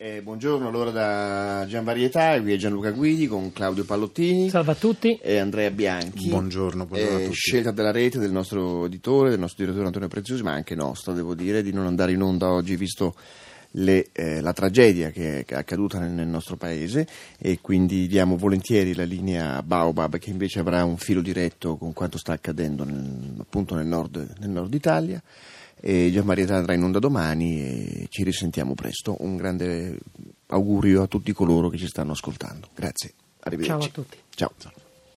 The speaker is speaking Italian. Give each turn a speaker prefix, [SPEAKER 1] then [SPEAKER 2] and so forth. [SPEAKER 1] Eh, buongiorno allora da Gian Varietà, qui è Gianluca Guidi con Claudio Pallottini
[SPEAKER 2] Salve a tutti.
[SPEAKER 1] e Andrea Bianchi.
[SPEAKER 3] Buongiorno, buongiorno a
[SPEAKER 1] Eh,
[SPEAKER 3] tutti.
[SPEAKER 1] Scelta della rete del nostro editore, del nostro direttore Antonio Preziosi, ma anche nostra, devo dire, di non andare in onda oggi visto le, eh, la tragedia che è che è accaduta nel, nel nostro paese e quindi diamo volentieri la linea a Baobab che invece avrà un filo diretto con quanto sta accadendo nel- appunto nel nord, nel nord Italia. E Gian Maria andrà in onda domani e ci risentiamo presto. Un grande augurio a tutti coloro che ci stanno ascoltando. Grazie, arrivederci.
[SPEAKER 2] tutti.
[SPEAKER 1] Ciao.